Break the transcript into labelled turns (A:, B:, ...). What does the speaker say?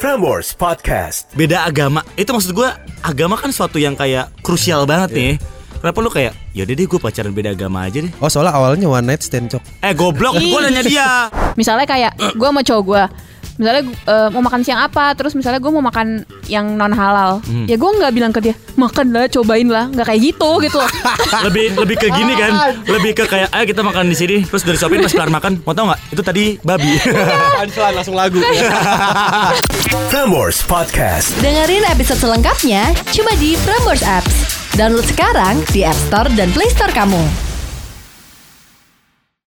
A: Prambors Podcast.
B: beda agama itu maksud gua agama kan suatu yang kayak krusial banget nih kenapa lu kayak yaudah deh gua pacaran beda agama aja deh
C: Oh soalnya awalnya one night stand cok
B: eh goblok
D: Ih.
B: gua nanya dia
D: Misalnya kayak gue sama cowok gue Misalnya eh, mau makan siang apa Terus misalnya gue mau makan yang non halal Ya gue nggak bilang ke dia Makan lah cobain lah Gak kayak gitu gitu loh
B: lebih lebih ke gini kan lebih ke kayak ayo kita makan di sini terus dari shopping pas kelar makan mau tau nggak itu tadi babi
C: Anflan langsung lagu
A: Prambors Podcast.
E: Dengerin episode selengkapnya cuma di Prambors Apps. Download sekarang di App Store dan Play Store kamu.